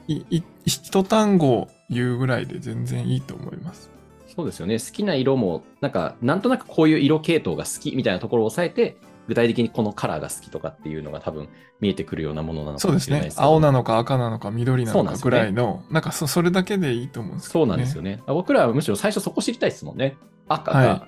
B: いい一単語言うぐらいで全然いいと思います
A: そうですよね。好きな色も、なんか、なんとなくこういう色系統が好きみたいなところを抑えて、具体的にこのカラーが好きとかっていうのが多分見えてくるようなものなのか
B: そう
A: も
B: で
A: し
B: す
A: れない
B: ね
A: ですけど
B: 青なのか赤なのか緑な
A: そう
B: の
A: なんで
B: か
A: す
B: ぐ
A: よね
B: らいのなんかそそれだけでいいと思うんですけ
A: そ
B: ど、
A: う
B: ね、
A: なんですよね。僕らはむしろ最初そこ知りたいですもんね。赤か
B: は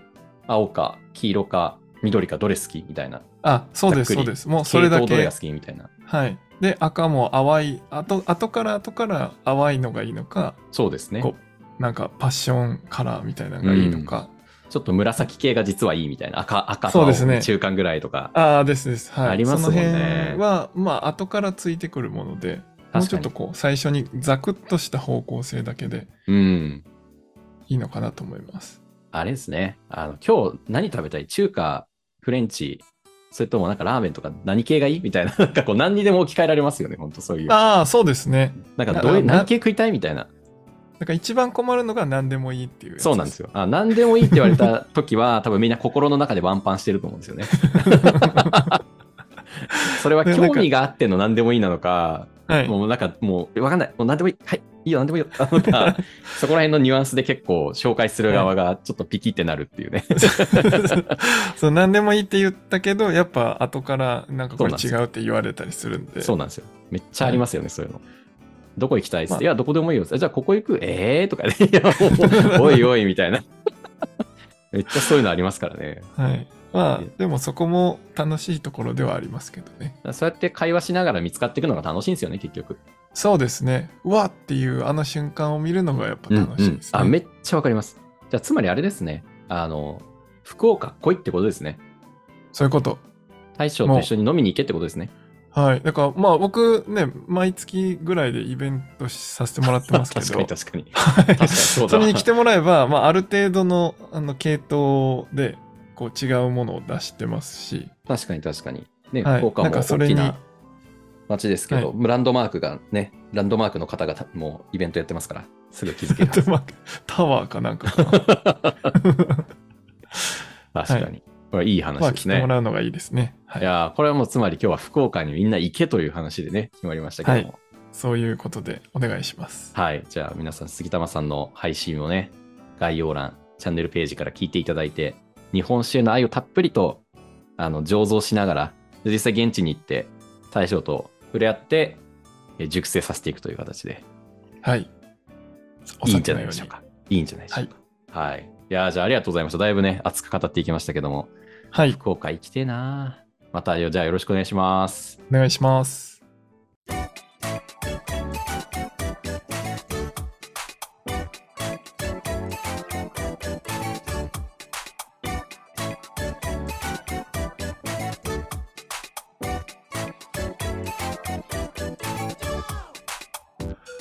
A: 青か黄色か緑かどれ好きみたいな。
B: あそうです
A: ざ
B: そ
A: っくり
B: うですもうそれだ
A: 系統どれ
B: け
A: が好きみたいな。
B: はいで赤も淡いあと後から後から淡いのがいいのか
A: そうですね。
B: こなんかパッションカラーみたいなのがいいのか、
A: ちょっと紫系が実はいいみたいな。赤、赤と
B: そうです
A: 青
B: ね
A: 中間ぐらいとか。
B: ああですですはい
A: ありますもんね
B: その辺はまあ後からついてくるものでもう
A: 確
B: ち
A: か
B: ょっ
A: に
B: と。こう最初にザクッとした方向性だけで
A: うん。
B: いいのかなと思います
A: あれですね。あの、今日何食べたい中華、フレンチ、それともなんかラーメンとか何系がいいみたいな。 <laughs> なんかこう何にでも置き換えられますよね。本当そういう。な
B: ああそうですね
A: んかどういう、
B: な
A: 何系食いたいみたいな。
B: だから一番困るのが何でもいいっていう
A: そうなんです
B: よ
A: よ。あ何でもいいって言われた時は、多 <laughs> 分みんな心の中でワンパンしてると思うんですよね。 <laughs> それは興味があっての何でもいいなのか、
B: はい
A: もうなんかもう分かんない、もう何でもいい、はい、いいよ、何でもいいよ、なのか、そこら辺のニュアンスで結構紹介する側がちょっとピキってなるっていうね。
B: <laughs> そう何でもいいって言ったけどやっぱ後からなんかこれ
A: そうなんで
B: 違
A: す
B: うって言われたりするんで
A: そうなんですよ。めっちゃありますよね、そういうの。どこ行きたいっす、
B: まあ
A: いや、どこでもいいよ。じゃあ、ここ行くえーとかね。 <laughs> いや
B: <laughs>
A: もうおいおい、みたいな。 <laughs> めっちゃそういうのありますからね。
B: はいまあでもそこも楽しいところではありますけど
A: だ
B: ね
A: からそうやって会話しながら見つかっていくのが楽しいんですよね、結局。
B: そうですねうわっていうあの瞬間を見るのがやっぱ楽しいですね、
A: あめっちゃわかります。じゃあ、つまりあれですね。あの、福岡来いってことですね。
B: そういうこと
A: 大将と一緒に飲みに行けってことですね。
B: はい。だから、まあ僕ね、毎月ぐらいでイベントさせてもらってますけ
A: <laughs>
B: ど、
A: 確かに確かに。
B: <laughs> はい
A: 確かにそうだ
B: そ
A: わ
B: れに来てもらえば、まあある程度のあの系統で、こう違うものを出してますし、
A: 確かに確かに。ね、
B: はい
A: 福岡も
B: なんかそれ
A: 大
B: に
A: きな街ですけど、
B: は
A: ランドマークがね、ランドマークの方がたもうイベントやってますから、すぐ気づけ
B: ラン
A: るはず
B: ドマーク <laughs> タワーかなんかかな
A: 確かに。これいい話
B: まあ
A: です
B: 来て
A: ね
B: も。らうのがいいですね。はいい。
A: やーこれはもうつまり今日は福岡にみんな行けという話でね、決まりましたけども。
B: そういうことでお願いします。
A: はい。じゃあ皆さん、杉玉さんの配信をね、概要欄、チャンネルページから聞いていただいて、日本酒への愛をたっぷりと、あの、醸造しながら、で実際現地に行って、大将と触れ合って、え熟成させていくという形で、
B: はい。お
A: いいんじ
B: 酒
A: ゃ
B: の
A: ないで
B: よう
A: しょ
B: に
A: う。か。いいんじゃないでしょうか。はい。い、やーじゃあありがとうございました。だいぶね、熱く語っていきましたけども、
B: はい。
A: 福岡行きてえなーまたよ、じゃあよろしくお願いします。
B: お願いします。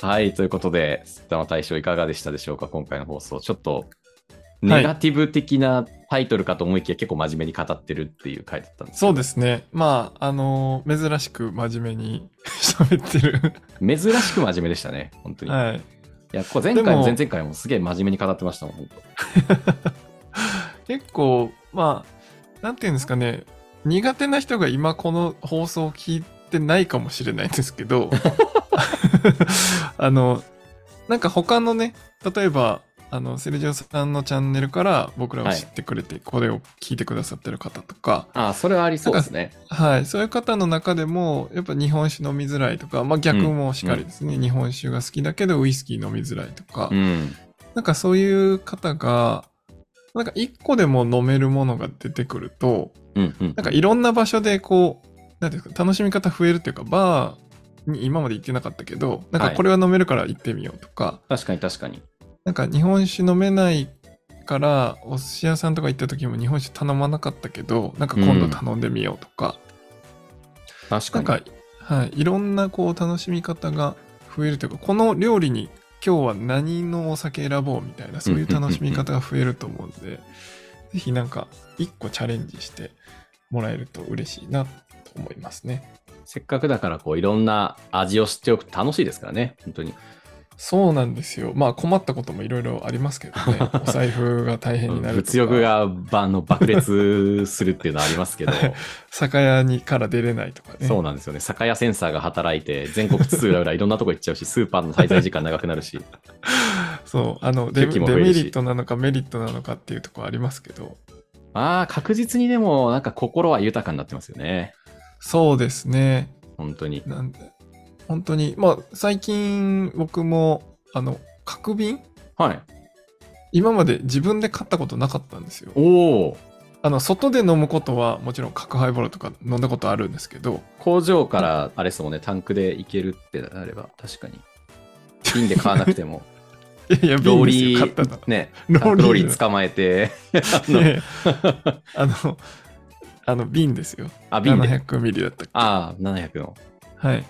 A: はい、ということで、杉玉大賞いかがでしたでしょうか、今回の放送。ちょっと、
B: は
A: ネ
B: い
A: ガティブ的なタイトルかと思いきや、結構真面目に語ってるっていう回だったんです
B: そうですね。まあ、あのー珍しく真面目に <laughs> 喋ってる。
A: 珍しく真面目でしたね、本当に。い、
B: はい。
A: や、これ前回も
B: でも
A: 前々回もすげえ真面目に語ってましたもん、本当。
B: 結構まあなんていうんですかね苦手な人が今この放送を聞いてないかもしれないんですけど <laughs> あのなんか他のね例えばあのセルジオさんのチャンネルから僕らを知ってくれて、これを聞いてくださってる方とか、
A: ああ、それはありそうですね。
B: はい、そういう方の中でもやっぱ日本酒飲みづらいとか、まあ、逆もしっかりですね、日本酒が好きだけどウイスキー飲みづらいとか、
A: うん。
B: なんかそういう方が、なんか一個でも飲めるものが出てくると、
A: うんうん。
B: なんかいろんな場所でこう、なんていうんですか、楽しみ方増えるっていうか、バーに今まで行ってなかったけど、なんか
A: はい
B: これは飲めるから行ってみようとか、
A: 確かに確かに。
B: なんか日本酒飲めないから、お寿司屋さんとか行った時も日本酒頼まなかったけど、なんか今度頼んでみようとか、
A: 確
B: なん
A: か
B: か
A: に。、
B: はい、いろんなこう楽しみ方が増えるというか、この料理に今日は何のお酒選ぼうみたいな、そういう楽しみ方が増えると思うんで、ぜひなんか一個チャレンジしてもらえると嬉しいなと思いますね。
A: せっかくだから、こう、いろんな味を知っておくと楽しいですからね、本当に。
B: そうなんですよ。まあ困ったこともいろいろありますけど
A: <laughs>
B: ね。お財布が大変になるとか。
A: 物欲。がばあの爆裂するっていうのはありますけど。
B: 酒屋にから出れないとかね。
A: そうなんですよね。酒屋センサーが働いて、全国津々浦々いろんなとこ行っちゃうし、スーパーの滞在時間長くなるし、
B: そうあのデ
A: 時期も
B: デ
A: 増える
B: メ
A: し
B: リットなのかメリットなのかっていうところありますけど
A: <laughs> ああ、確実にでも、なんか心は豊かになってますよね。
B: そうですね。
A: 本当に。
B: なんで、本当に、まあ、最近僕も、あの、角瓶
A: はい。
B: 今まで自分で買ったことなかったんですよ。
A: おお、
B: あの、外で飲むことは、もちろん角ハイボールとか飲んだことあるんですけど、
A: 工場からあれですもんね、タンクで行けるってなれば、確かに。瓶で買わなくて <laughs> も、
B: <laughs> いやいや、瓶
A: ロー
B: です
A: リ
B: よ、買ったの
A: ー、。ね、
B: ロ
A: タンクローリ
B: の
A: ー捕まえて、
B: ええ <laughs> あの、あの、瓶ですよ。
A: あ、瓶で。
B: 700ミリだったっけ
A: ああ、700の。
B: はい。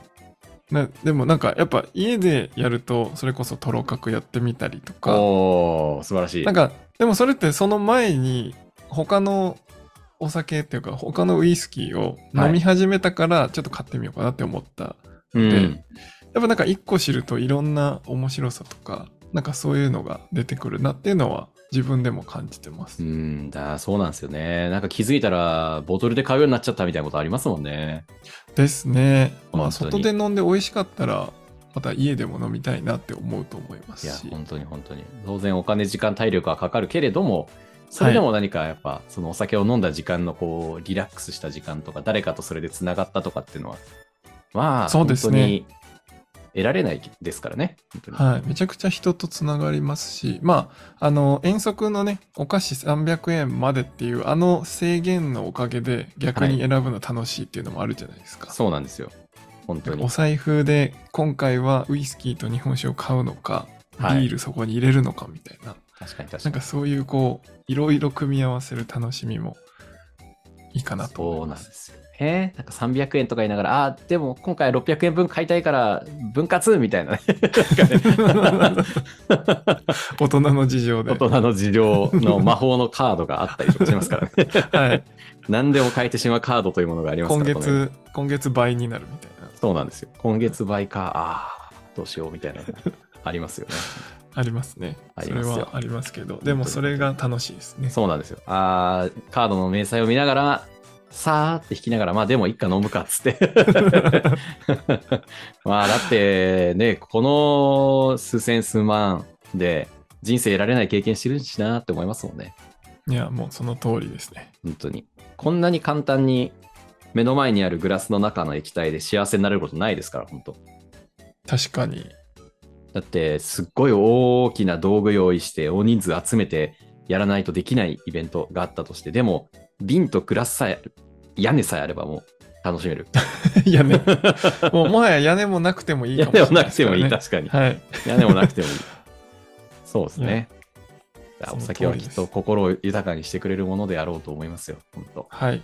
B: なでもなんかやっぱ家でやるとそれこそトロ角やってみたりとか
A: おお、素晴らしい。
B: なんかでもそれってその前に他のお酒っていうか他のウイスキーを飲み始めたからちょっと買ってみようかなって思った、
A: うん、
B: やっぱなんか一個知るといろんな面白さとかなんかそういうのが出てくるなっていうのは自分でも感じてます、
A: うんだ、そうなんですよね。なんか気づいたら、ボトルで買うようになっちゃったみたいなことありますもんね。
B: ですねまあ
A: 本当
B: 外
A: に
B: で飲んで美味しかったらまた家でも飲みたいなって思うと思いま
A: い
B: す
A: や、
B: し
A: 本当に本当に。当然、お金、時間、体力はかかるけれども、それでも何かやっぱ、そのお酒を飲んだ時間のこう、リラックスした時間とか、誰かとそれでつながったとかっていうのは、まあ、
B: そうですね
A: 本当に得られないですからね。本当に
B: はい、めちゃくちゃ人とつながりますし、まあ、あの遠足のねお菓子300円までっていうあの制限のおかげで逆に選ぶの楽しいっていうのもあるじゃないですか、
A: そうなんですよ。本当に
B: お。財布で今回はウイスキーと日本酒を買うのか、
A: はい
B: ビールそこに入れるのかみたいな
A: 確かに確か
B: なん
A: に。
B: かそういうこういろいろ組み合わせる楽しみもいいかなと
A: そ
B: 思
A: う
B: い
A: な
B: ま
A: ん
B: す
A: ですよね。なんか300円とか言いながら、あーでも今回600円分買いたいから、分割みた
B: <laughs>
A: いなね。なんかね
B: 大人の事情で
A: 大、人の事情の魔法のカードがあったりとかします
B: <laughs>
A: からね。
B: はい、
A: 何でも変えてしまうカードというものがあります
B: 今
A: からこの世に
B: 月今月倍になるみたいな
A: そうなんですよ。今月倍か、ああ、どうしようみたいなの <laughs> がありますよね。
B: ありますね。
A: あ
B: そ
A: り
B: れ
A: ますよ
B: はありますけど、でもそれが楽しいですね。
A: そうなんですよ。ああ、カードの明細を見ながら、さーって引きながら、まあでも一家飲むかっつって。 <laughs> まあだってね、この数千数万で人生得られない経験してるしなって思いますもんね。
B: いや、もうその通りですね。
A: 本当に。こんなに簡単に目の前にあるグラスの中の液体で幸せになれることないですから、本当。
B: 確かに。 <laughs>
A: だってすっごい大きな道具用意して大人数集めてやらないとできないイベントがあったとしてでも瓶とグラスさえ屋根さえあればもう楽しめる。<laughs>
B: 屋根。もうもはや屋根もなくてもいい
A: 屋
B: かも
A: 根
B: しれ
A: も
B: ない
A: な
B: で
A: く
B: す
A: て
B: か
A: も
B: ら、ね。
A: いい、確かに。
B: はい。
A: 屋根もなくてもいい。そうですね。だから
B: そ
A: お
B: の通
A: 酒
B: り
A: はきっと
B: です
A: 心を豊かにしてくれるものであろうと思いますよ。本当。
B: はい。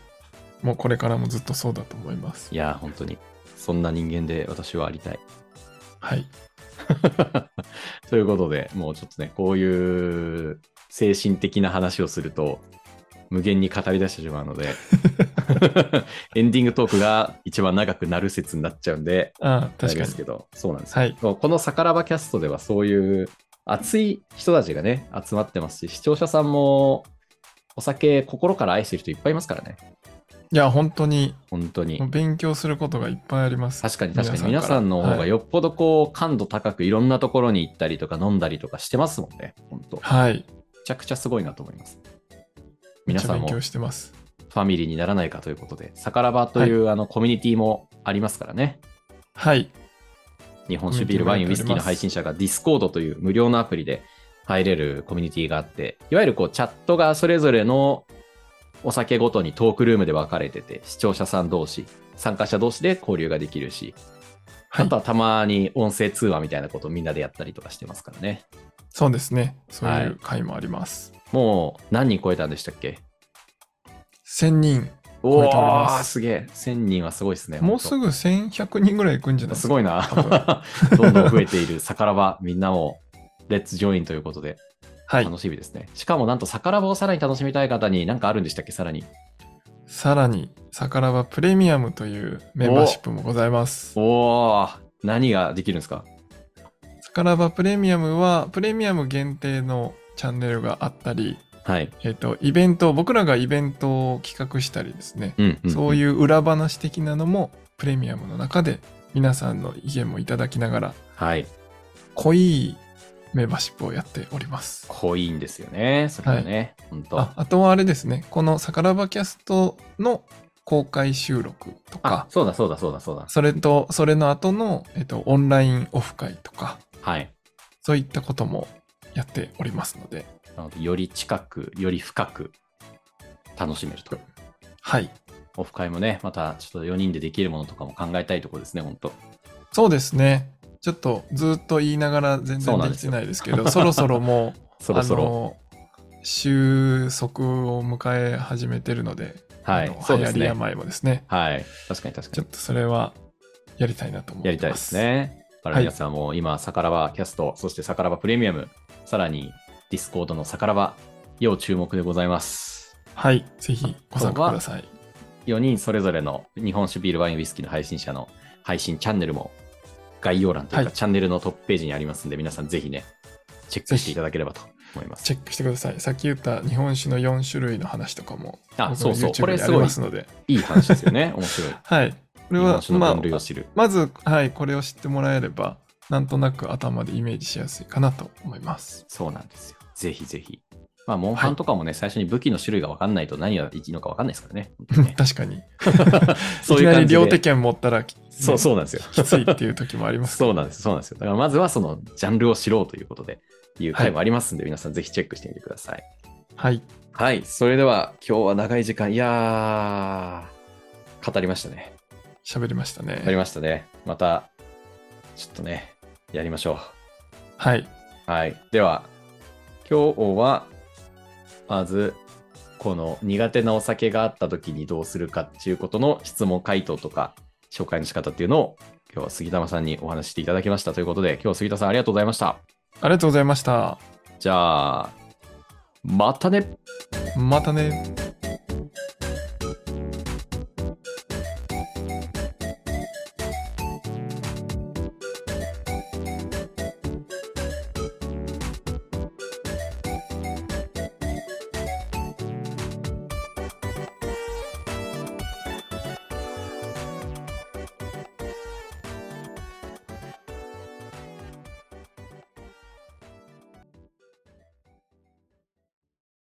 B: もうこれからもずっとそうだと思います
A: い。やー、本当に。そんな人間で私はありたい。
B: はい。
A: ということで、もうちょっとね、こういう精神的な話をすると、無限に語り出してしまうの
B: <laughs>
A: で、エンディングトークが一番長くなる説になっちゃうんで、
B: ああ、
A: あ
B: 確
A: れ
B: か
A: で
B: に
A: す。けど、そうなんですよ
B: はい。
A: このさからばキャストではそういう熱い人たちがね、集まってますし、視聴者さんもお酒心から愛してる人いっぱいいますからね、
B: いや、本当に
A: 本当に
B: もう。勉強することがいっぱいあります。
A: 確かに確かに皆
B: から
A: さんの方がよっぽどこう感度高くいろんなところに行ったりとか飲んだりとかしてますもんね、本当。
B: はい。はい。
A: めちゃくちゃすごいなと思います。
B: めっ
A: 皆
B: ちゃ
A: さん
B: 勉
A: もフ
B: 強してます。
A: ァミリーにならないかということで、さからばという、あのコミュニティもありますからね。
B: はい。
A: 日本酒ビール、ワイン、ウ
B: コミュ
A: イ
B: ニテ
A: ス
B: ィ
A: キー
B: もや
A: の
B: っております
A: 配信者が Discord という無料のアプリで入れるコミュニティがあって、いわゆるこうチャットがそれぞれのお酒ごとにトークルームで分かれてて、視聴者さん同士、参加者同士で交流ができるし、
B: はい
A: あとはたまに音声通話みたいなことをみんなでやったりとかしてますからね。
B: そうですね。そう
A: はいいう
B: 回もあります。
A: もう何人超えたんでしたっけ
B: 1000人。
A: お
B: 超えております
A: ーすげえ。1000人はすごいですね。
B: もう
A: 本当
B: すぐ1100人ぐらい行くんじゃないですすか。
A: ごいな。 <laughs> どんどん増えているさからば、みんなも、レッツジョインということで、
B: はい。
A: 楽しみですね。しかも、なんとさからばをさらに楽しみたい方に、何かあるんでしたっけ、さらに。
B: さらに、さからばプレミアムというメンバーシップもございます。
A: おー、何ができるんですか
B: さからばプレミアムは、プレミアム限定のチャンネルがあったり、
A: はい。
B: えっ、と、イベント、僕らがイベントを企画したりですね、
A: うん、。
B: そういうう裏話的なのも、プレミアムの中で、皆さんの意見もいただきながら、
A: はい。
B: 濃いメンバーシップをやっております。
A: 濃いんですよね、それはね。本当
B: ああとはあれですね、このサカラバキャストの公開収録と
A: あ
B: か、
A: そうだそうだそうだそうだ。
B: それと、それの後の、えっと、オンラインオフ会とか、
A: はい。
B: そういったこともやっておりますので、
A: なので、より近く、より深く楽しめると。
B: はい。
A: オフ会もね、またちょっと4人でできるものとかも考えたいところですね、本当
B: そうですね。ちょっとずっと言いながら全
A: そう
B: 然
A: なん
B: で
A: です
B: きて
A: よ
B: ないですけど、そろそろも
A: <laughs>
B: う、
A: そろそろ。
B: あの、収束を迎え始めてるので、
A: は
B: あ
A: い
B: の、
A: そう
B: 流
A: で
B: 行
A: す
B: り
A: ね。
B: 病もですね、
A: はい。確かに確か
B: ちょ
A: に
B: っ。とそれはやりたいなと思って
A: や
B: ます。
A: りたいです。ね。だから皆さんも今、サカラバキャスト、そしてサカラバプレミアム、さらにディスコードのサカラバ、要注目でございます。
B: はい。ぜひご参加ください。
A: 4人それぞれの日本酒ビールワインウイスキーの配信者の配信チャンネルも概要欄というか、
B: はい
A: チャンネルのトップページにありますんで皆さんぜひねチェックしていただければと思います
B: チェックしてください。さっき言った日本酒の4種類の話とかも、
A: あ
B: 僕
A: そ
B: の
A: うそう
B: YouTube
A: これ
B: にあ
A: す
B: り
A: ごい
B: ますので、
A: いい話ですよね面白い
B: はい。 <laughs> これ
A: 日
B: は
A: 本、酒
B: ま
A: の
B: あ
A: 分類を知る、
B: まず、はい、これを知ってもらえれば、なんとなく頭でイメージしやすいかなと思います。
A: そうなんですよぜひぜひまあモンハンとかもね、最初に武器の種類が分かんないと何がいいのか分かんないですからね
B: <laughs> 確かに。い
A: <laughs> そう
B: き
A: いう
B: なり
A: 感じ
B: 両手
A: で
B: 剣持ったら、
A: そう
B: う。
A: そうなんですよ
B: きついっていう時もあります
A: そうなんです、そうなんですよ。だからまずはそのジャンルを知ろうということで、いう回もありますんで、皆さんぜひチェックしてみてください。
B: はい。
A: はい、それでは今日は長い時間、いやー、語りましたね。
B: 喋りましたね。
A: 語りましたね。また、ちょっとね、やりましょ
B: はい。
A: う。はい、では、今日は、まず、この苦手なお酒があった時にどうするかっていうことの質問回答とか、紹介の仕方っていうのを、今日は杉玉さんにお話ししていただきましたということで、今日杉田さんありがとうございました。
B: ありがとうございました。
A: じゃあ、またね
B: またね。